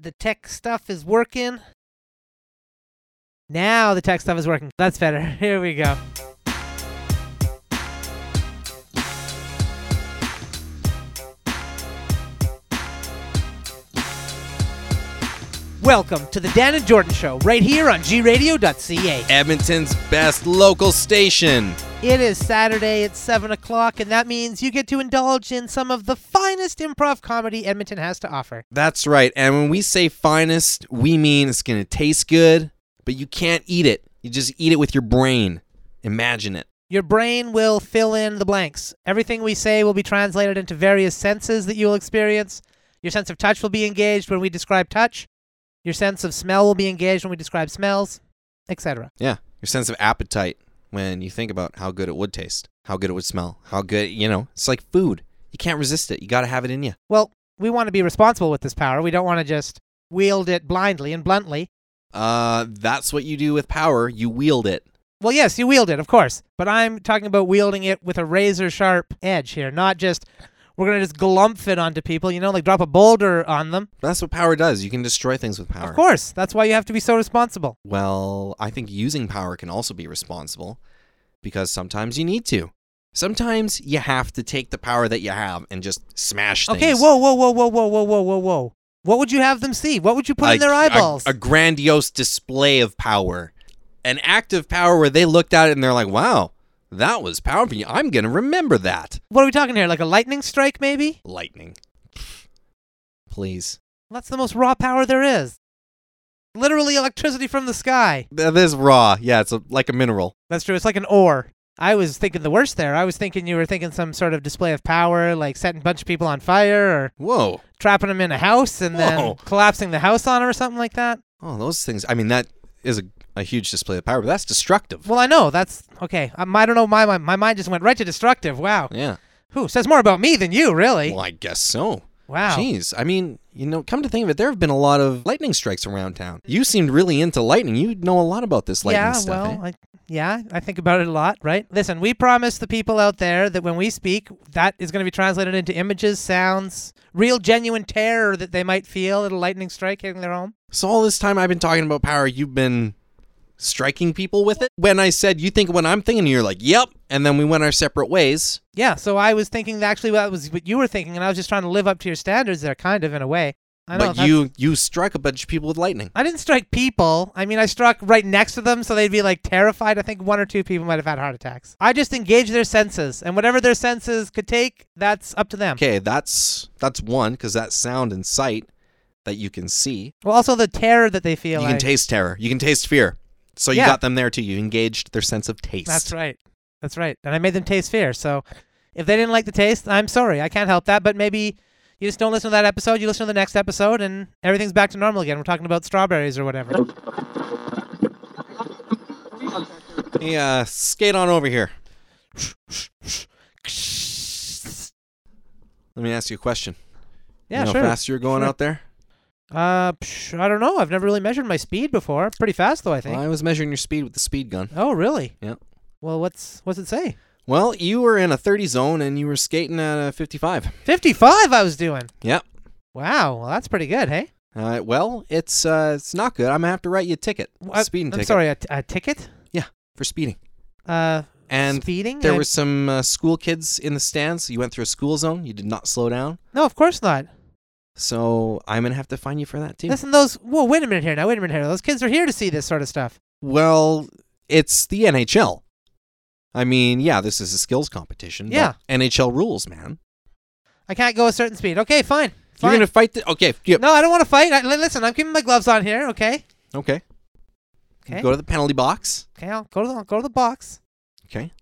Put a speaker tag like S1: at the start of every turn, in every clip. S1: the tech stuff is working. Now the tech stuff is working. That's better. Here we go. Welcome to the Dan and Jordan Show, right here on gradio.ca.
S2: Edmonton's best local station.
S1: It is Saturday, it's 7 o'clock, and that means you get to indulge in some of the finest improv comedy Edmonton has to offer.
S2: That's right. And when we say finest, we mean it's going to taste good, but you can't eat it. You just eat it with your brain. Imagine it.
S1: Your brain will fill in the blanks. Everything we say will be translated into various senses that you'll experience. Your sense of touch will be engaged when we describe touch. Your sense of smell will be engaged when we describe smells, etc.
S2: Yeah. Your sense of appetite when you think about how good it would taste, how good it would smell, how good, you know, it's like food. You can't resist it. You got to have it in you.
S1: Well, we want to be responsible with this power. We don't want to just wield it blindly and bluntly.
S2: Uh, that's what you do with power. You wield it.
S1: Well, yes, you wield it, of course, but I'm talking about wielding it with a razor sharp edge here, not just we're going to just glumph it onto people, you know, like drop a boulder on them.
S2: That's what power does. You can destroy things with power.
S1: Of course, that's why you have to be so responsible.
S2: Well, I think using power can also be responsible because sometimes you need to. Sometimes you have to take the power that you have and just smash things.
S1: Okay, whoa, whoa, whoa, whoa, whoa, whoa, whoa, whoa, whoa. What would you have them see? What would you put
S2: A-
S1: in their
S2: a-
S1: eyeballs?
S2: A, grandiose display of power. An act of power where they looked at it and they're like, wow, that was powerful. I'm going to remember that.
S1: what are we talking here? Like a lightning strike, maybe?
S2: Lightning. Please.
S1: That's the most raw power there is. Literally electricity from the sky.
S2: Th- This is raw. Yeah, it's a, like a mineral.
S1: That's true. It's like an ore. I was thinking the worst there. I was thinking you were thinking some sort of display of power, like setting a bunch of people on fire or
S2: Whoa.
S1: trapping them in a house and
S2: Whoa.
S1: then collapsing the house on 'em or something like that.
S2: Oh, those things. I mean, that is a, a huge display of power, but that's destructive.
S1: Well, I know that's okay. Um, I don't know. My, my my mind just went right to destructive. Wow.
S2: Yeah.
S1: Who says more about me than you, really?
S2: Well, I guess so.
S1: Wow.
S2: Jeez, I mean, you know, come to think of it, there have been a lot of lightning strikes around town. You seemed really into lightning. You know a lot about this lightning
S1: yeah.
S2: stuff.
S1: well,
S2: eh?
S1: I, yeah. I think about it a lot, right? Listen, we promise the people out there that when we speak, that is going to be translated into images, sounds, real, genuine terror that they might feel at a lightning strike hitting their home.
S2: so all this time I've been talking about power, you've been striking people with it. When I said you think what I'm thinking, you're like, "Yep," and then we went our separate ways.
S1: Yeah, so I was thinking that actually that was what you were thinking, and I was just trying to live up to your standards there, kind of in a way. I know
S2: But
S1: that's-
S2: you you struck a bunch of people with lightning.
S1: I didn't strike people. I mean, I struck right next to them, so they'd be like terrified. I think one or two people might have had heart attacks. I just engaged their senses, and whatever their senses could take, that's up to them.
S2: Okay, that's that's one because that sound and sight that you can see,
S1: Well, also the terror that they feel.
S2: you can
S1: I-
S2: taste terror, you can taste fear. So you
S1: Yeah.
S2: got them there too. You engaged their sense of taste.
S1: That's right. That's right. And I made them taste fear. So if they didn't like the taste, I'm sorry. I can't help that. But maybe you just don't listen to that episode. You listen to the next episode, and everything's back to normal again. We're talking about strawberries or whatever.
S2: Yeah, uh, skate on over here. Let me ask you a question.
S1: Yeah,
S2: you know
S1: sure.
S2: How fast you're going
S1: Sure.
S2: out there?
S1: Uh, psh, I don't know. I've never really measured my speed before. Pretty fast though, I think.
S2: Well, I was measuring your speed with the speed gun.
S1: oh, really?
S2: Yeah.
S1: Well, what's what's it say?
S2: Well, you were in a 30 zone and you were skating at a 55.
S1: 55 I was doing.
S2: Yep.
S1: Wow. Well, that's pretty good, hey?
S2: Uh, well, it's uh, it's not good. I'm gonna have to write you a ticket,
S1: Wh-
S2: a speeding
S1: Uh, I'm
S2: ticket
S1: sorry, a, t- a ticket?
S2: for speeding.
S1: Uh,
S2: And
S1: speeding?
S2: there
S1: I-
S2: were some uh, school kids in the stands. You went through a school zone. You did not slow down.
S1: No, of course not.
S2: So I'm gonna have to find you for that too.
S1: Listen, those. Whoa, wait a minute here. Now, wait a minute here. Those kids are here to see this sort of stuff.
S2: Well, it's the NHL. I mean, yeah, this is a skills competition. but
S1: Yeah.
S2: NHL rules, man.
S1: I can't go a certain speed. Okay, fine. Fine.
S2: You're gonna fight. The- okay. Yep.
S1: No, I don't want to fight. I, li- listen, I'm keeping my gloves on here. Okay.
S2: Okay. You
S1: Okay.
S2: Go to the penalty box.
S1: Okay. I'll go to the, I'll go to the box.
S2: Okay.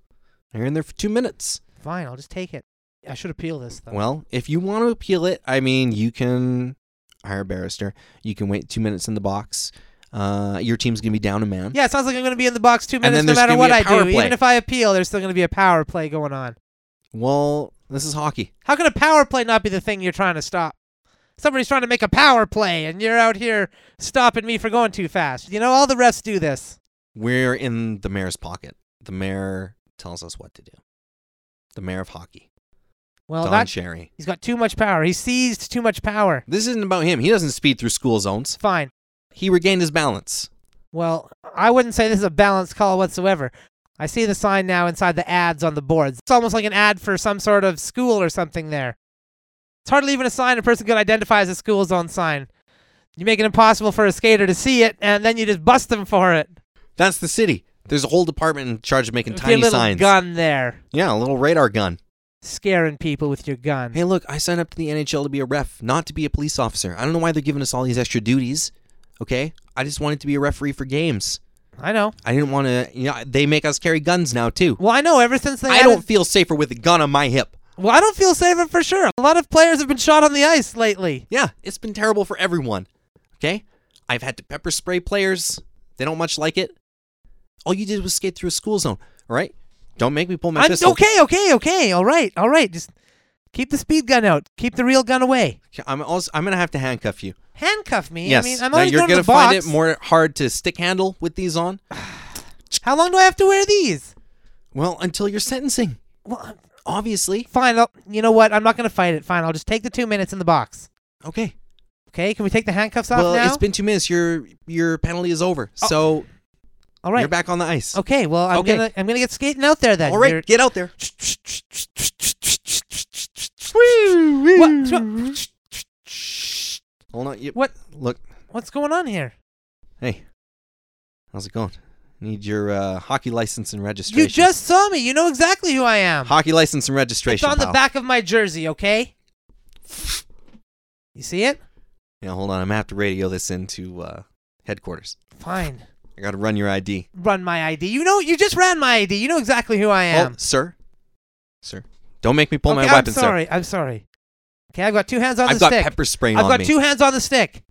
S2: You're in there for two minutes.
S1: Fine. I'll just take it. I should appeal this though.
S2: Well, if you want to appeal it, I mean, you can hire a barrister. You can wait two minutes in the box. Uh, your team's gonna be down a man.
S1: Yeah, it sounds like I'm going to be in the box two
S2: And then
S1: minutes no
S2: there's
S1: matter
S2: gonna
S1: what
S2: be a
S1: I
S2: power
S1: do.
S2: play.
S1: Even if I appeal, there's still going to be a power play going on.
S2: Well, this is hockey.
S1: How can a power play not be the thing you're trying to stop? Somebody's trying to make a power play, and you're out here stopping me for going too fast. You know, all the refs do this.
S2: We're in the mayor's pocket. The mayor tells us what to do. The mayor of hockey.
S1: Well,
S2: Don
S1: that
S2: Cherry.
S1: he's got too much power. He seized too much power.
S2: This isn't about him. He doesn't speed through school zones.
S1: Fine.
S2: He regained his balance.
S1: Well, I wouldn't say this is a balanced call whatsoever. I see the sign now inside the ads on the boards. It's almost like an ad for some sort of school or something there. It's hardly even a sign a person could identify as a school zone sign. You make it impossible for a skater to see it, and then you just bust them for it.
S2: That's the city. There's a whole department in charge of making
S1: With your
S2: tiny
S1: little
S2: signs.
S1: gun there,
S2: Yeah, a little radar gun.
S1: scaring people with your gun.
S2: Hey, look, I signed up to the NHL to be a ref, not to be a police officer. I don't know why they're giving us all these extra duties. Okay? I just wanted to be a referee for games.
S1: I know.
S2: I didn't want to, you know, they make us carry guns now, too.
S1: Well, I know. Ever since they
S2: I
S1: added-
S2: don't feel safer with a gun on my hip.
S1: Well, I don't feel safer for sure. A lot of players have been shot on the ice lately.
S2: Yeah, it's been terrible for everyone. Okay? I've had to pepper spray players. They don't much like it. All you did was skate through a school zone, all right? Don't make me pull my
S1: I'm-
S2: pistol.
S1: okay, okay, okay. All right, all right. Just keep the speed gun out. Keep the real gun away.
S2: I'm also I'm gonna have to handcuff you.
S1: Handcuff me.
S2: yes.
S1: I mean, I'm
S2: now
S1: already
S2: you're
S1: going to
S2: gonna
S1: the box.
S2: find it more hard to stick handle with these on.
S1: How long do I have to wear these?
S2: Well, until you're sentencing,
S1: Well,
S2: obviously.
S1: fine. I'll, you know what? I'm not going to fight it. Fine. I'll just take the two minutes in the box.
S2: Okay.
S1: Okay. Can we take the handcuffs off
S2: well,
S1: now?
S2: it's been two minutes. Your your penalty is over.
S1: Oh,
S2: so
S1: all right.
S2: you're back on the ice.
S1: Okay. Well, I'm
S2: Okay.
S1: gonna I'm gonna get skating out there then.
S2: All right,
S1: You're-
S2: get out there.
S1: What?
S2: Hold on. You,
S1: What?
S2: Look.
S1: What's going on here?
S2: Hey, how's it going? Need your uh, hockey license and registration.
S1: You just saw me. You know exactly who I am.
S2: hockey license and registration.
S1: It's on the
S2: pal.
S1: back of my jersey, okay? You see it?
S2: Yeah, hold on. I'm gonna have to radio this into uh, headquarters.
S1: Fine.
S2: I gotta run your ID.
S1: Run my ID. You know, you just ran my ID. You know exactly who I
S2: Oh,
S1: am.
S2: sir. Sir, don't make me pull
S1: Okay,
S2: my weapon,
S1: I'm sorry. I'm sorry. Okay, I've got two hands on
S2: sir. I've
S1: the
S2: got
S1: stick.
S2: pepper spray
S1: I've
S2: on
S1: got
S2: me.
S1: two hands on the stick.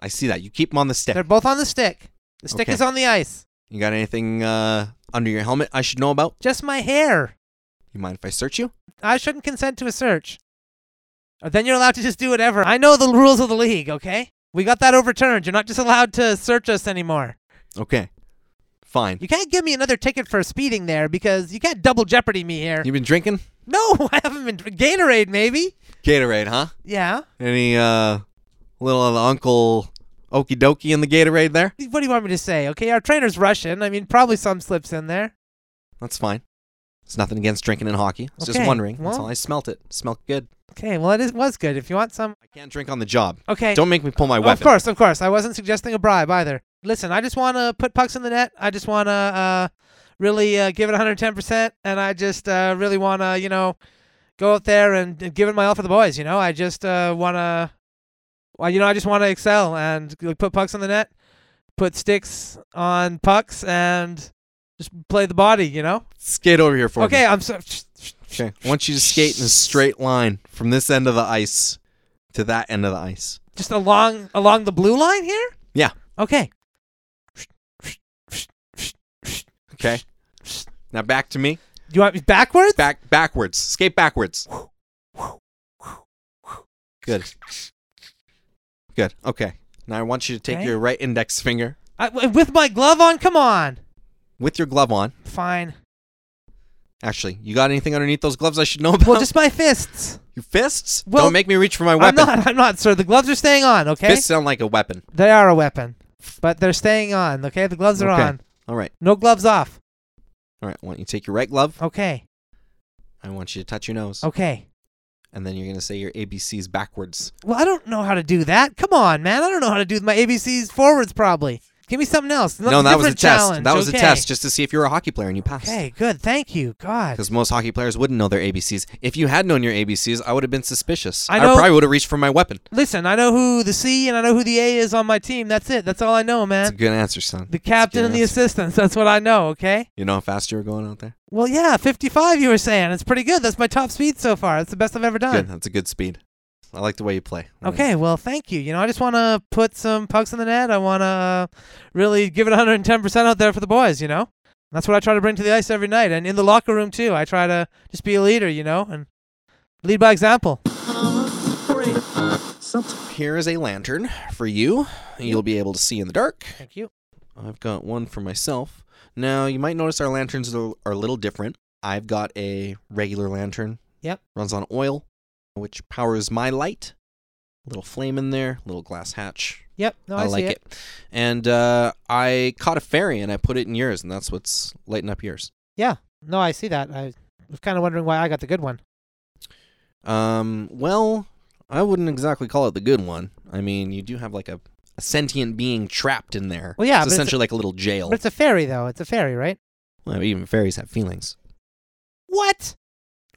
S2: I see that. You keep them on the stick.
S1: They're both on the stick. The stick
S2: Okay.
S1: is on the ice.
S2: You got anything uh, under your helmet I should know about?
S1: Just my hair.
S2: You mind if I search you?
S1: I shouldn't consent to a search. Uh, Then you're allowed to just do whatever. I know the rules of the league, okay? We got that overturned. You're not just allowed to search us anymore.
S2: Okay. Fine.
S1: You can't give me another ticket for speeding there because you can't double jeopardy me here.
S2: You been drinking?
S1: No, I haven't been dr- Gatorade, maybe.
S2: Gatorade, huh?
S1: Yeah.
S2: Any uh, little of the Uncle Okie Dokie in the Gatorade there?
S1: What do you want me to say? Okay, our trainer's Russian. I mean, probably some slips in there.
S2: That's fine. It's nothing against drinking and hockey. I was just
S1: Okay,
S2: wondering. That's
S1: well-
S2: all. I smelt it. Smelt good.
S1: Okay, well, it is, was good. If you want some,
S2: I can't drink on the job.
S1: okay.
S2: Don't make me pull my
S1: Oh, of
S2: weapon.
S1: course, of course. I wasn't suggesting a bribe either. Listen, I just want to put pucks in the net. I just want to uh, really uh, give it 110%, and I just uh, really want to, you know, go out there and, and give it my all for the boys. You know, I just uh, want to, well, you know, I just want to excel and like, put pucks on the net, put sticks on pucks, and just play the body. You know.
S2: Skate over here for
S1: okay,
S2: me.
S1: I'm so.
S2: Okay. I want you to skate in a straight line from this end of the ice to that end of the ice.
S1: Just along along the blue line here.
S2: Yeah.
S1: Okay.
S2: Okay. Now back to me.
S1: You want me backwards?
S2: Back backwards. Skate backwards. Good. Good. Okay. Now I want you to take
S1: Okay.
S2: your right index finger
S1: I, w- with my glove on? Come on.
S2: with your glove on.
S1: Fine.
S2: Actually, you got anything underneath those gloves I should know about?
S1: Well, just my fists.
S2: your fists.
S1: well,
S2: Don't make me reach for my
S1: I'm
S2: weapon.
S1: not. I'm not, sir. The gloves are staying on. Okay.
S2: Fists sound like a weapon.
S1: They are a weapon, but they're staying on. Okay. The gloves are
S2: Okay.
S1: on.
S2: All right.
S1: No gloves off.
S2: All right. I want you to take your right glove.
S1: Okay.
S2: I want you to touch your nose,
S1: Okay.
S2: and then you're gonna say your ABCs backwards.
S1: Well, I don't know how to do that. Come on, man. I don't know how to do my ABCs forwards. Probably. Give me something else.
S2: no, that was a
S1: different
S2: test.
S1: challenge,
S2: That was
S1: okay.
S2: a test just to see if you were a hockey player and you passed.
S1: Okay. Good. Thank you. God.
S2: Because most hockey players wouldn't know their ABCs. If you had known your ABCs, I would have been suspicious.
S1: I
S2: I,
S1: know-
S2: probably would have reached for my weapon.
S1: Listen, I know who the C and I know who the A is on my team. That's it. That's all I know,
S2: That's
S1: man.
S2: a good answer, son.
S1: The captain and the
S2: Yes.
S1: assistants. That's what I know. Okay.
S2: You know how fast you were going out there?
S1: Well, yeah, 55 you were saying. It's pretty good. That's my top speed so far. That's the best I've ever done.
S2: Good. That's a good speed. I like the way you play. I like
S1: Okay, well, thank you. You know, I just want to put some pucks in the net. I want to really give it 110% out there for the boys, you know? That's what I try to bring to the ice every night and in the locker room too. I try to just be a leader, you know, and lead by example.
S2: Here is a lantern for you. You'll be able to see in the dark.
S1: Thank you.
S2: I've got one for myself. Now, you might notice our lanterns are are a little different. I've got a regular lantern.
S1: Yep.
S2: Runs on oil, which powers my light. Little flame in there, little glass hatch.
S1: Yep. No, I,
S2: I
S1: see
S2: like
S1: it.
S2: it. And uh, I caught a fairy and I put it in yours, and that's what's lighting up yours.
S1: No, I see that. I was kind of wondering why I got the good one.
S2: Um, well, I wouldn't exactly call it the good one. I mean, you do have like a, a sentient being trapped in there.
S1: Well, yeah,
S2: it's
S1: but it's a-
S2: essentially like a little jail.
S1: But it's a fairy, though. It's a fairy, right?
S2: Well, even fairies have feelings.
S1: What?
S2: What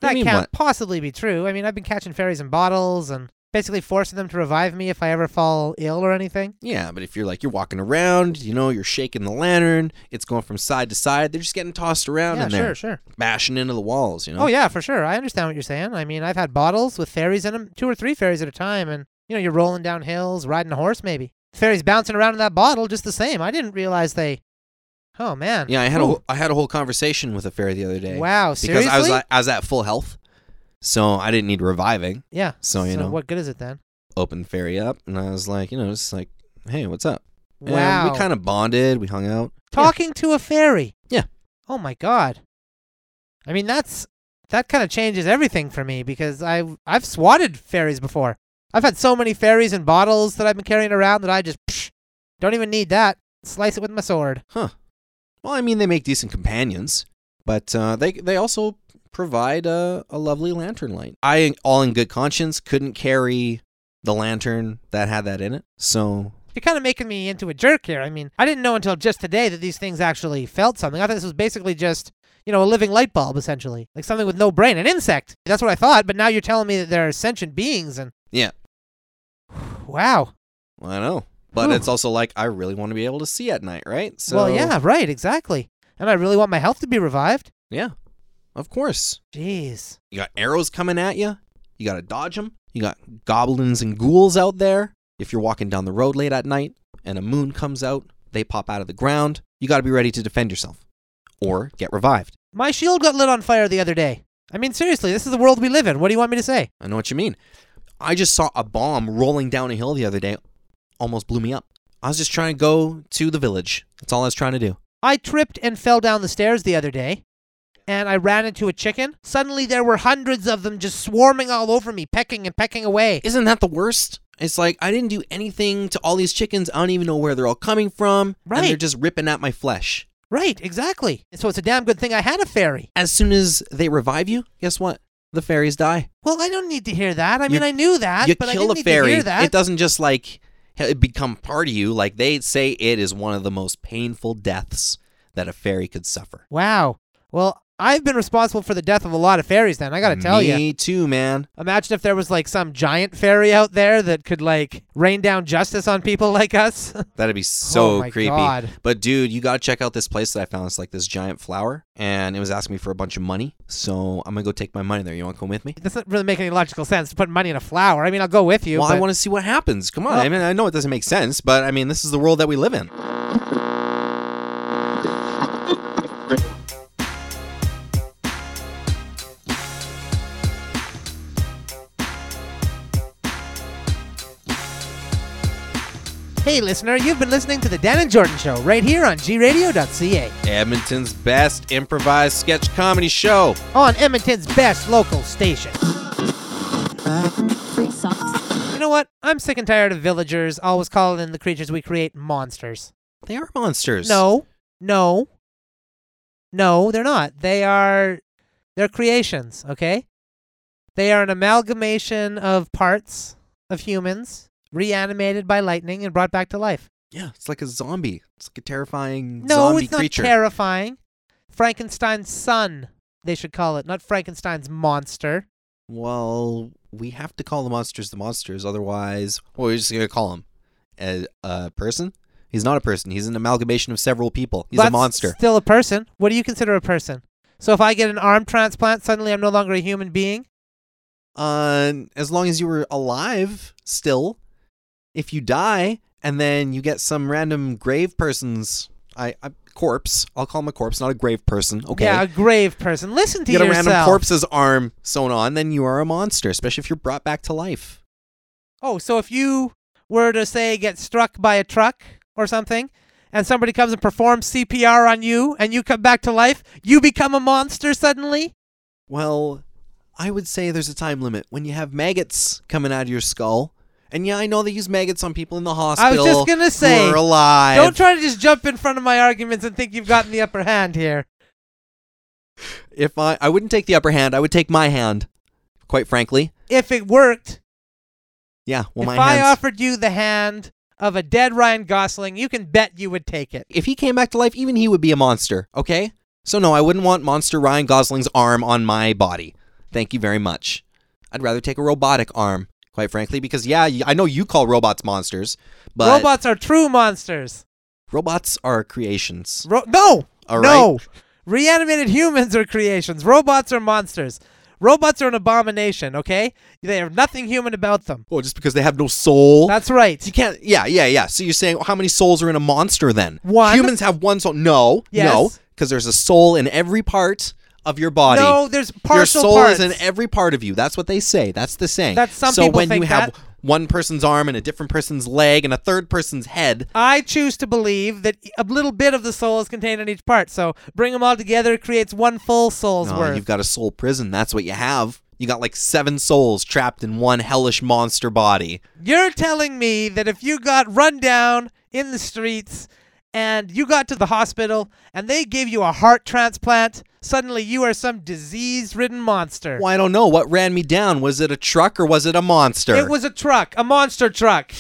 S2: do
S1: That
S2: you mean,
S1: can't
S2: what?
S1: possibly be true. I mean, I've been catching fairies in bottles and basically forcing them to revive me if I ever fall ill or anything.
S2: Yeah, but if you're like you're walking around, you know, you're shaking the lantern, it's going from side to side. They're just getting tossed around
S1: yeah,
S2: in
S1: sure,
S2: there,
S1: sure.
S2: bashing into the walls. You know.
S1: Oh yeah, for sure. I understand what you're saying. I mean, I've had bottles with fairies in them, two or three fairies at a time, and you know, you're rolling down hills, riding a horse, maybe. Fairies bouncing around in that bottle just the same. I didn't realize they. Oh man.
S2: Yeah, I had a
S1: Ooh.
S2: whole- I had a whole conversation with a fairy the other day.
S1: Wow.
S2: Because
S1: Seriously.
S2: I was at, I was at full health, so I didn't need reviving.
S1: yeah.
S2: So, you know.
S1: what good is it then?
S2: Opened fairy up, and I was like, you know, just like, hey, what's up? And
S1: Wow.
S2: we kind of bonded. We hung out.
S1: talking to a fairy.
S2: Yeah.
S1: Oh my god. I mean that's that kind of changes everything for me because I I've swatted fairies before. I've had so many fairies in bottles that I've been carrying around that I just psh, don't even need that. Slice it with my sword.
S2: Well, I mean, they make decent companions, but uh, they they also provide a, a lovely lantern light. I, all in good conscience, couldn't carry the lantern that had that in it. So
S1: You're kind of making me into a jerk here. I mean, I didn't know until just today that these things actually felt something. I thought this was basically just, you know, a living light bulb essentially, like something with no brain, an insect. That's what I thought, but now you're telling me that they're sentient beings and
S2: Yeah.
S1: Wow.
S2: I know, but
S1: Whew.
S2: it's also like I really want to be able to see at night, right? So
S1: Well, yeah, right, exactly. And I really want my health to be revived.
S2: yeah, of course.
S1: Jeez.
S2: You got arrows coming at you. You got to dodge them. You got goblins and ghouls out there. If you're walking down the road late at night and a moon comes out, they pop out of the ground. You got to be ready to defend yourself or get revived.
S1: My shield got lit on fire the other day. I mean, seriously, this is the world we live in. What do you want me to say?
S2: I know what you mean. I just saw a bomb rolling down a hill the other day. Almost blew me up. I was just trying to go to the village. That's all I was trying to do.
S1: I tripped and fell down the stairs the other day, and I ran into a chicken. Suddenly, there were hundreds of them just swarming all over me, pecking and pecking away.
S2: Isn't that the worst? It's like I didn't do anything to all these chickens. I don't even know where they're all coming from. And they're
S1: Right.
S2: just ripping at my flesh.
S1: Right, exactly. So it's a damn good thing I had a fairy.
S2: As soon as they revive you, guess what? The fairies die.
S1: Well, I don't need to hear that. I
S2: You-
S1: mean, I knew that,
S2: you
S1: Ah, but I
S2: kill
S1: didn't
S2: a
S1: need
S2: fairy.
S1: to hear that.
S2: It doesn't just like ha- become part of you. Like they say, it is one of the most painful deaths that a fairy could suffer.
S1: wow. Well, I've been responsible for the death of a lot of fairies. Then I got to tell you.
S2: me too, man.
S1: Imagine if there was like some giant fairy out there that could like rain down justice on people like us.
S2: That'd be so
S1: Oh my
S2: creepy.
S1: God.
S2: But dude, you gotta check out this place that I found. It's like this giant flower, and it was asking me for a bunch of money. So I'm gonna go take my money there. You wanna come with me?
S1: it doesn't really make any logical sense to put money in a flower. I mean, I'll go with you.
S2: well, I
S1: but- Oh.
S2: want to see what happens. Come on.
S1: Well-
S2: I mean, I know it doesn't make sense, but I mean, this is the world that we live in.
S1: hey, listener, you've been listening to the Dan and Jordan Show right here on gradio.ca
S2: Edmonton's best improvised sketch comedy show.
S1: on Edmonton's best local station.
S3: Free socks.
S1: You know what? I'm sick and tired of villagers always calling the creatures we create monsters.
S2: They are monsters.
S1: No, no, no, they're not. They are, they're creations. Okay, they are an amalgamation of parts of humans reanimated by lightning and brought back to life.
S2: Yeah, it's like a zombie. It's like a terrifying
S1: No,
S2: zombie
S1: it's not
S2: creature.
S1: terrifying. Frankenstein's son, they should call it, not Frankenstein's monster.
S2: well, we have to call the monsters the monsters, otherwise, well, we're just gonna call him a, a person. He's not a person. He's an amalgamation of several people. He's a
S1: That's
S2: monster.
S1: Still a person. What do you consider a person? So if I get an arm transplant, suddenly I'm no longer a human being.
S2: Uh, as long as you were alive, still. If you die and then you get some random grave person's, I, I corpse. I'll call him a corpse, not a grave person. Okay.
S1: Yeah, a grave person. Listen to
S2: you get
S1: yourself.
S2: a random corpse's arm sewn on, then you are a monster, especially if you're brought back to life.
S1: Oh, so if you were to say get struck by a truck or something, and somebody comes and performs CPR on you, and you come back to life, you become a monster suddenly.
S2: Well, I would say there's a time limit when you have maggots coming out of your skull. And yeah, I know they use maggots on people in the
S1: I
S2: hospital.
S1: was just gonna say,
S2: who are alive.
S1: don't try to just jump in front of my arguments and think you've gotten the upper hand here.
S2: if I, I wouldn't take the upper hand, I would take my hand. Quite frankly,
S1: If it worked,
S2: yeah. Well,
S1: if
S2: my
S1: I
S2: hands.
S1: offered you the hand of a dead Ryan Gosling, you can bet you would take it.
S2: if he came back to life, even he would be a monster. Okay. So no, I wouldn't want monster Ryan Gosling's arm on my body. Thank you very much. I'd rather take a robotic arm, quite frankly, because yeah, y- I know you call robots monsters, but
S1: Robots are true monsters.
S2: robots are creations.
S1: Ro- no,
S2: All
S1: no. Reanimated humans are creations. Robots are monsters. Robots are an abomination. Okay, they have nothing human about them.
S2: Well, just because they have no soul.
S1: That's right.
S2: you can't. Yeah, yeah, yeah. So you're saying how many souls are in a monster then?
S1: One.
S2: Humans have one soul. No, no,
S1: Yes.
S2: because there's a soul in every part of your body.
S1: No, there's partial
S2: your soul
S1: parts.
S2: is in every part of you. That's what they say. That's the saying.
S1: That's- some
S2: so
S1: people
S2: when
S1: think
S2: you have
S1: that.
S2: one person's arm and a different person's leg and a third person's head,
S1: I choose to believe that a little bit of the soul is contained in each part. So bring them all together, it creates one full soul's
S2: no,
S1: worth.
S2: uh, you've got a soul prison. That's what you have. You got like seven souls trapped in one hellish monster body.
S1: You're telling me that if you got run down in the streets and you got to the hospital and they gave you a heart transplant, suddenly you are some disease ridden monster.
S2: Well, I don't know what ran me down. Was it a truck or was it a monster?
S1: It was a truck, a monster truck.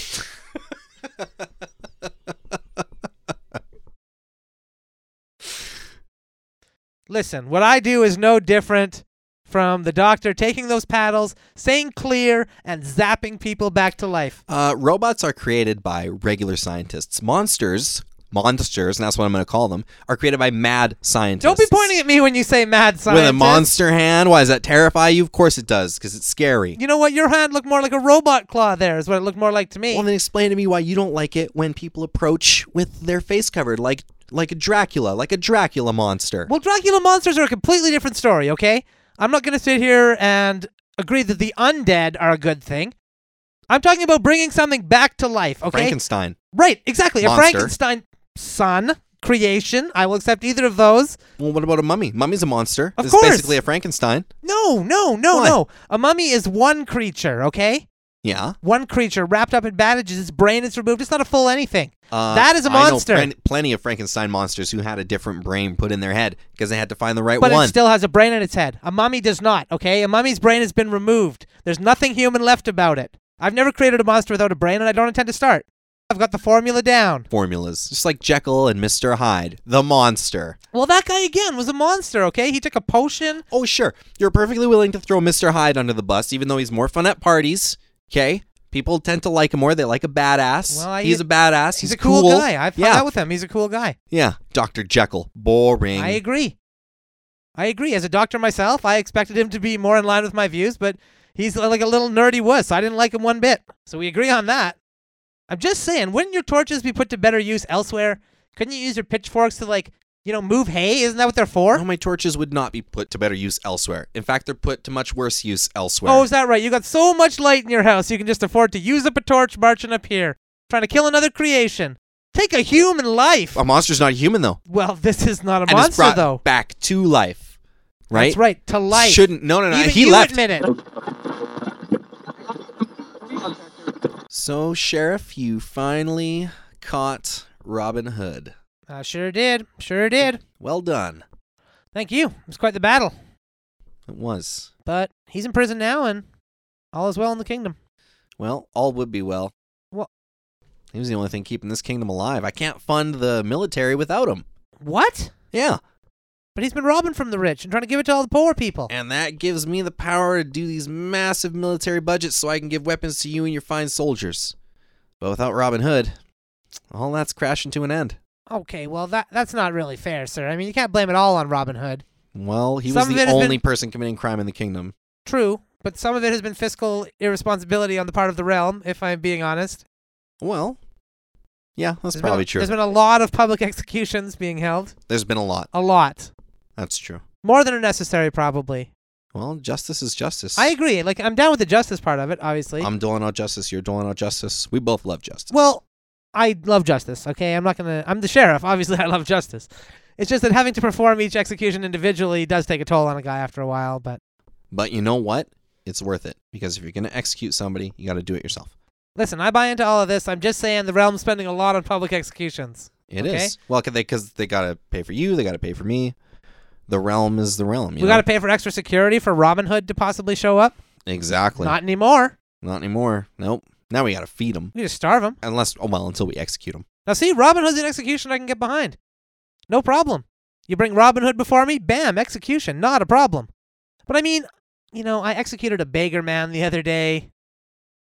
S1: Listen, what I do is no different from the doctor taking those paddles, saying clear, and zapping people back to life.
S2: Uh, robots are created by regular scientists. Monsters, monsters, and that's what I'm going to call them, are created by mad scientists.
S1: Don't be pointing at me when you say mad scientist.
S2: with a monster hand. Why does that terrify you? Of course it does, because it's scary.
S1: You know what? Your hand looked more like a robot claw. There is what it looked more like to me.
S2: Well, then explain to me why you don't like it when people approach with their face covered, like like a Dracula, like a Dracula monster.
S1: Well, Dracula monsters are a completely different story, okay? I'm not going to sit here and agree that the undead are a good thing. I'm talking about bringing something back to life, okay?
S2: Frankenstein.
S1: right, exactly.
S2: Monster.
S1: A Frankenstein son, creation. I will accept either of those.
S2: Well, what about a mummy? Mummy's a monster.
S1: Of
S2: it's
S1: course.
S2: basically a Frankenstein.
S1: No, no, no,
S2: Why?
S1: no. A mummy is one creature, okay?
S2: Yeah.
S1: One creature wrapped up in bandages, its brain is removed. It's not a full anything.
S2: Uh,
S1: That is a
S2: I know
S1: monster.
S2: plen- plenty of Frankenstein monsters who had a different brain put in their head because they had to find the right
S1: But
S2: one.
S1: it still has a brain in its head. A mummy does not, okay? A mummy's brain has been removed. There's nothing human left about it. I've never created a monster without a brain, and I don't intend to start. I've got the formula down.
S2: formulas, just like Jekyll and Mr. Hyde, the monster.
S1: Well, that guy again was a monster, okay? He took a potion.
S2: Oh, sure. You're perfectly willing to throw Mr. Hyde under the bus, even though he's more fun at parties. Okay? People tend to like him more. They like a badass.
S1: Well, I-
S2: he's a badass.
S1: He's, a cool, guy. I've hung
S2: yeah.
S1: out with him. He's a cool guy.
S2: yeah. Dr. Jekyll. Boring.
S1: I agree. I agree. As a doctor myself, I expected him to be more in line with my views, but he's uh, like a little nerdy wuss. I didn't like him one bit. So we agree on that. I'm just saying, wouldn't your torches be put to better use elsewhere? Couldn't you use your pitchforks to like, you know, move hay? Isn't that what they're for?
S2: No, my torches would not be put to better use elsewhere. In fact, they're put to much worse use elsewhere.
S1: Oh, is that right? You got so much light in your house, you can just afford to use up a torch marching up here, trying to kill another creation. Take a human life.
S2: a monster's not human, though.
S1: well, this is not a
S2: Um, and it's
S1: monster,
S2: brought
S1: though.
S2: back to life. Right?
S1: That's right. To life.
S2: Shouldn't. No, no, no.
S1: Even
S2: he
S1: you
S2: left.
S1: admit it.
S2: So, Sheriff, you finally caught Robin Hood.
S1: I sure did. Sure did.
S2: Well done.
S1: Thank you. It was quite the battle.
S2: It was.
S1: But he's in prison now, and all is well in the kingdom.
S2: Well, all would be well.
S1: Wha-
S2: He was the only thing keeping this kingdom alive. I can't fund the military without him.
S1: What?
S2: Yeah.
S1: But he's been robbing from the rich and trying to give it to all the poor people.
S2: And that gives me the power to do these massive military budgets so I can give weapons to you and your fine soldiers. But without Robin Hood, all that's crashing to an end.
S1: Okay, well that that's not really fair, sir. I mean, you can't blame it all on Robin Hood.
S2: Well, he
S1: Some of
S2: was
S1: it
S2: the
S1: has been-
S2: only person committing crime in the kingdom.
S1: True, but some of it has been fiscal irresponsibility on the part of the realm, if I'm being honest.
S2: Well, yeah, that's
S1: There's been a-
S2: probably true.
S1: There's been a lot of public executions being held.
S2: there's been a lot.
S1: A lot.
S2: That's true.
S1: More than are necessary, probably.
S2: Well, justice is justice.
S1: I agree. Like, I'm down with the justice part of it, obviously.
S2: I'm doling out justice. You're doling out justice. We both love justice.
S1: Well, I love justice. Okay, I'm not gonna. I'm the sheriff. Obviously, I love justice. It's just that having to perform each execution individually does take a toll on a guy after a while. But
S2: But you know what? It's worth it because if you're going to execute somebody, you got to do it yourself.
S1: Listen, I buy into all of this. I'm just saying the realm's spending a lot on public executions.
S2: It is
S1: Okay.
S2: well, cause they because they got to pay for you, they got to pay for me. The realm is the realm.
S1: we
S2: You know?
S1: got to pay for extra security for Robin Hood to possibly show up.
S2: exactly. Not,
S1: Not anymore.
S2: anymore. Nope. Now we got to feed them,
S1: We just starve him.
S2: unless oh well, until we execute them.
S1: Now see, Robin Hood's an execution I can get behind. No problem. You bring Robin Hood before me, bam, execution, not a problem. But I mean, you know, I executed a beggar man the other day,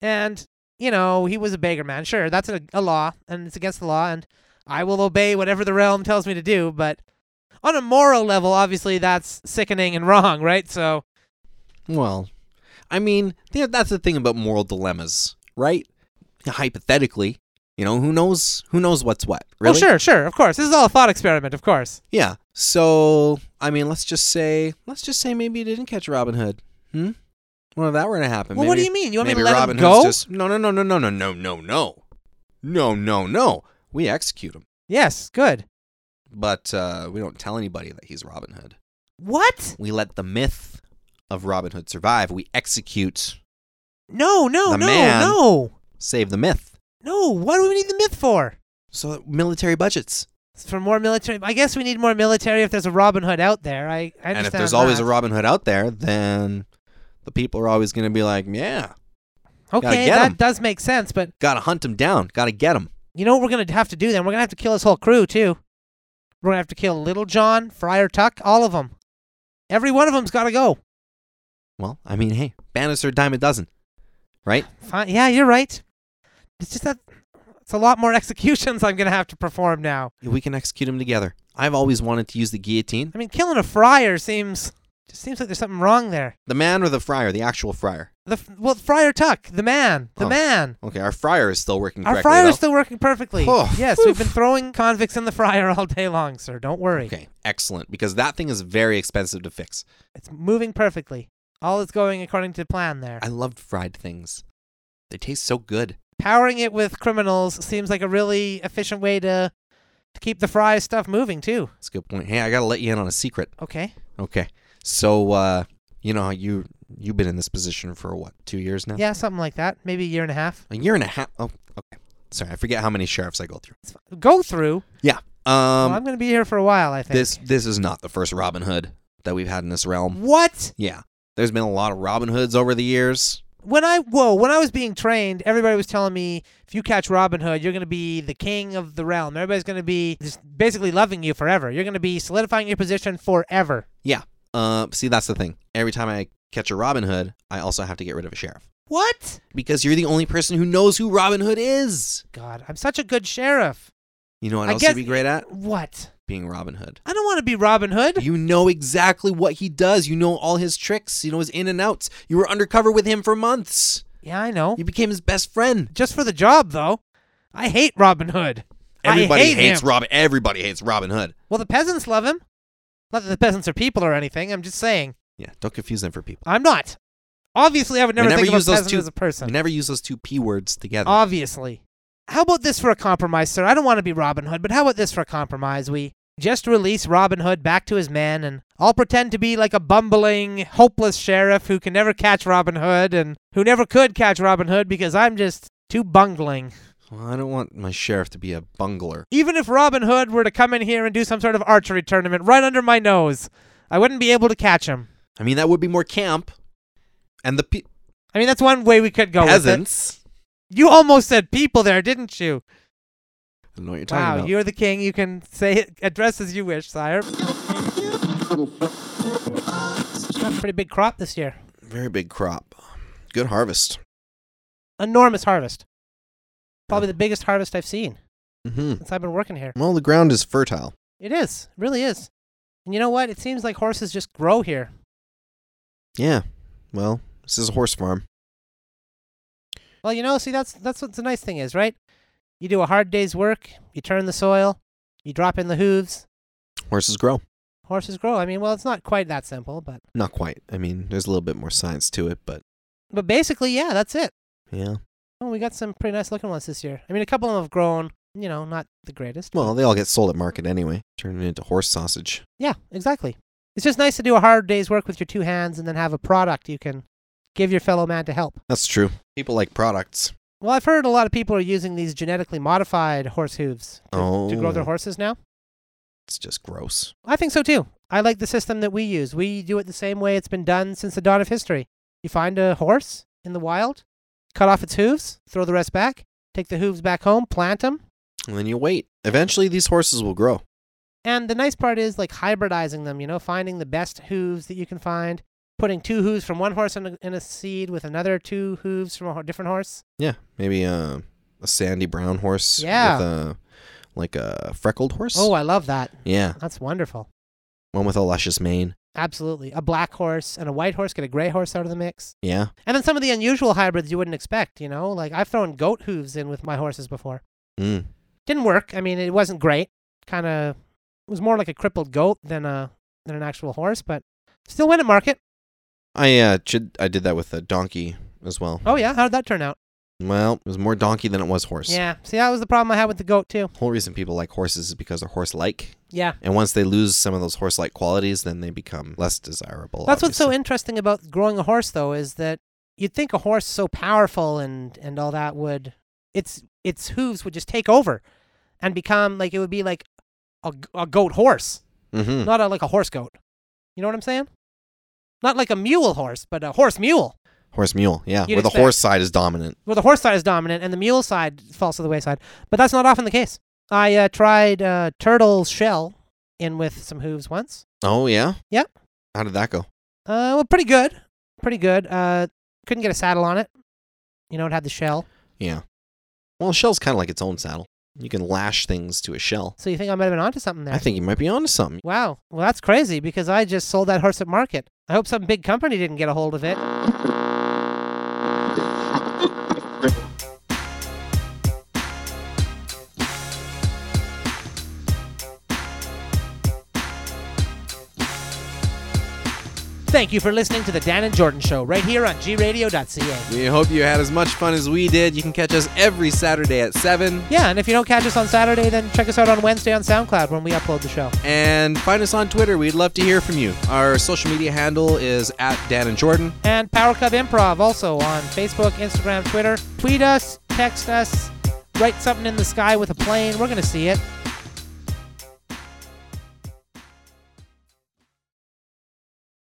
S1: and you know, he was a beggar man. Sure, that's a, a law, and it's against the law, and I will obey whatever the realm tells me to do. But on a moral level, obviously, that's sickening and wrong, right? So oh,
S2: Well, I mean, th- that's the thing about moral dilemmas, right? Hypothetically, you know, who knows? Who knows what's what? Really?
S1: Oh, sure, sure, of course. This is all a thought experiment, of course.
S2: Yeah. So, I mean, let's just say, let's just say maybe you didn't catch Robin Hood. Hmm. What if that were to happen?
S1: well, what do
S2: Maybe-
S1: you mean? You want me to
S2: maybe
S1: let
S2: Robin
S1: him go?
S2: Hood's just no, no, no, no, no, no, no, no, no, no, no, no. We execute him,
S1: Yes, good.
S2: but uh, we don't tell anybody that he's Robin Hood.
S1: What?
S2: We let the myth of Robin Hood survive. We execute,
S1: No, no,
S2: The
S1: no,
S2: man-
S1: no.
S2: save the myth,
S1: No, what do we need the myth for?
S2: so that military budgets.
S1: It's For more military, I guess we need more military if there's a Robin Hood out there. I, I understand
S2: And if there's always
S1: that.
S2: a Robin Hood out there, then the people are always going to be like, "Yeah,
S1: okay,
S2: get
S1: that
S2: 'em.
S1: does make sense. But
S2: gotta hunt him down, gotta get him."
S1: you know what we're gonna have to do then? We're gonna have to kill his whole crew too. We're gonna have to kill Little John, Friar Tuck, all of them. Every one of them's gotta go.
S2: Well, I mean, hey, Bannister, dime a dozen, right?
S1: Fine. Yeah, you're right. It's just that it's a lot more executions I'm gonna have to perform now.
S2: We can execute him together. I've always wanted to use the guillotine.
S1: I mean, killing a friar seems just seems like there's something wrong there.
S2: The man or the friar, the actual friar.
S1: The f- well, Friar Tuck, the man, the
S2: Oh.
S1: man.
S2: Okay, our fryer is still working
S1: Our
S2: correctly.
S1: fryer
S2: though.
S1: is still working perfectly.
S2: Oh,
S1: yes,
S2: oof.
S1: we've been throwing convicts in the fryer all day long, sir. Don't worry.
S2: okay, excellent, because that thing is very expensive to fix.
S1: It's moving perfectly. All is going according to plan there.
S2: I loved fried things; they taste so good.
S1: Powering it with criminals seems like a really efficient way to to keep the fry stuff moving too.
S2: That's a good point. Hey, I gotta let you in on a secret.
S1: Okay.
S2: Okay, so uh, you know how you you've been in this position for what two years now?
S1: Yeah, something like that. Maybe a year and a half.
S2: a year and a half. Oh, okay. Sorry, I forget how many sheriffs I go through.
S1: It's fi- Go through.
S2: Yeah.
S1: Well,
S2: Um,
S1: I'm going to be here for a while, I think.
S2: this um, this is not the first Robin Hood that we've had in this realm.
S1: What?
S2: Yeah, there's been a lot of Robin Hoods over the years.
S1: When I whoa, when I was being trained, everybody was telling me if you catch Robin Hood, you're going to be the king of the realm. Everybody's going to be just basically loving you forever. You're going to be solidifying your position forever.
S2: Yeah. Uh, see, that's the thing. Every time I catch a Robin Hood, I also have to get rid of a sheriff
S1: What?
S2: because you're the only person who knows who Robin Hood is.
S1: God, I'm such a good sheriff.
S2: You know what
S1: I
S2: else
S1: guess-
S2: you'd be great at?
S1: What?
S2: Being Robin Hood.
S1: I don't want to be Robin Hood.
S2: You know exactly what he does. You know all his tricks. You know his in and outs. You were undercover with him for months.
S1: yeah, I know.
S2: You became his best friend.
S1: Just for the job, though. I hate Robin Hood.
S2: Everybody
S1: I hate
S2: hates
S1: him.
S2: Robin. Everybody hates Robin Hood.
S1: well, the peasants love him. Not that the peasants are people or anything. I'm just saying.
S2: Yeah, don't confuse them for people.
S1: I'm not. Obviously, I would never
S2: We never
S1: think of a
S2: use those
S1: peasant
S2: two-
S1: as a person.
S2: We never use those two p words together.
S1: Obviously. How about this for a compromise, sir? I don't want to be Robin Hood, but how about this for a compromise? We just release Robin Hood back to his men, and I'll pretend to be like a bumbling, hopeless sheriff who can never catch Robin Hood and who never could catch Robin Hood because I'm just too bungling.
S2: well, I don't want my sheriff to be a bungler.
S1: Even if Robin Hood were to come in here and do some sort of archery tournament right under my nose, I wouldn't be able to catch him.
S2: I mean, that would be more camp. And the pe-
S1: I mean, that's one way we could go with it.
S2: peasants.
S1: You almost said people there, didn't you?
S2: I don't know what you're talking
S1: Wow,
S2: about.
S1: you're the king. You can say it, address as you wish, sire. Pretty big crop this year.
S2: Very big crop. Good harvest.
S1: Enormous harvest. Probably the biggest harvest I've seen
S2: Mm-hmm.
S1: since I've been working here.
S2: Well, the ground is fertile.
S1: It is, it really is. And you know what? It seems like horses just grow here.
S2: Yeah. Well, this is a horse farm.
S1: Well, you know, see, that's that's what the nice thing is, right? You do a hard day's work, you turn the soil, you drop in the hooves,
S2: Horses grow.
S1: horses grow. I mean, well, it's not quite that simple, but
S2: Not quite. I mean, there's a little bit more science to it, but
S1: but basically, yeah, that's it.
S2: yeah.
S1: Oh, we got some pretty nice looking ones this year. I mean, a couple of them have grown, you know, not the greatest. but-
S2: Well, they all get sold at market anyway, turning into horse sausage.
S1: yeah, exactly. It's just nice to do a hard day's work with your two hands and then have a product you can give your fellow man to help.
S2: That's true. People like products.
S1: Well, I've heard a lot of people are using these genetically modified horse hooves to,
S2: Oh,
S1: to grow their horses now.
S2: it's just gross.
S1: I think so too. I like the system that we use. We do it the same way it's been done since the dawn of history. You find a horse in the wild, cut off its hooves, throw the rest back, take the hooves back home, plant them.
S2: And then you wait. Eventually, these horses will grow.
S1: And the nice part is like hybridizing them, you know, finding the best hooves that you can find, putting two hooves from one horse in a, in a seed with another two hooves from a ho- different horse.
S2: Yeah, maybe uh, a sandy brown horse.
S1: Yeah.
S2: With a, like a freckled horse.
S1: Oh, I love that.
S2: yeah,
S1: That's wonderful.
S2: one with a luscious mane.
S1: Absolutely. A black horse and a white horse, get a gray horse out of the mix.
S2: Yeah,
S1: And then some of the unusual hybrids you wouldn't expect, you know? Like I've thrown goat hooves in with my horses before.
S2: mm.
S1: Didn't work. I mean, it wasn't great. Kind of was more like a crippled goat than a than an actual horse, but still went at market.
S2: I uh, should, I did that with a donkey as well.
S1: Oh yeah, how did that turn out?
S2: Well, it was more donkey than it was horse.
S1: Yeah. See, that was the problem I had with the goat too.
S2: Whole reason people like horses is because they're horse-like,
S1: Yeah.
S2: and once they lose some of those horse-like qualities, then they become less desirable.
S1: That's what's so
S2: obviously.
S1: interesting about growing a horse though is that you'd think a horse so powerful and and all that would its its hooves would just take over and become like it would be like a, g- a goat horse,
S2: Mhm.
S1: not a, like a horse goat. You know what I'm saying? Not like a mule horse, but a horse mule.
S2: Horse mule, yeah,
S1: You'd
S2: where the
S1: expect-
S2: horse side is dominant.
S1: where the horse side is dominant and the mule side falls to the wayside. But that's not often the case. I uh, tried uh, turtle shell in with some hooves once.
S2: Oh yeah,
S1: Yeah.
S2: How did that go?
S1: Uh, well, pretty good, pretty good. Uh, couldn't get a saddle on it. You know, it had the shell.
S2: Yeah. Well, a shell's kind of like its own saddle. You can lash things to a shell.
S1: So you think I might have been onto something there?
S2: I think you might be onto something.
S1: wow. Well, that's crazy because I just sold that horse at market. I hope some big company didn't get a hold of it. Thank you for listening to the Dan and Jordan Show right here on gradio.ca.
S2: We hope you had as much fun as we did. You can catch us every Saturday at 7
S1: Yeah, and if you don't catch us on Saturday, then check us out on Wednesday on SoundCloud when we upload the show.
S2: and find us on Twitter. We'd love to hear from you. Our social media handle is at Dan and Jordan.
S1: And Power Cub Improv also on Facebook, Instagram, Twitter. Tweet us, text us, write something in the sky with a plane. We're going to see it.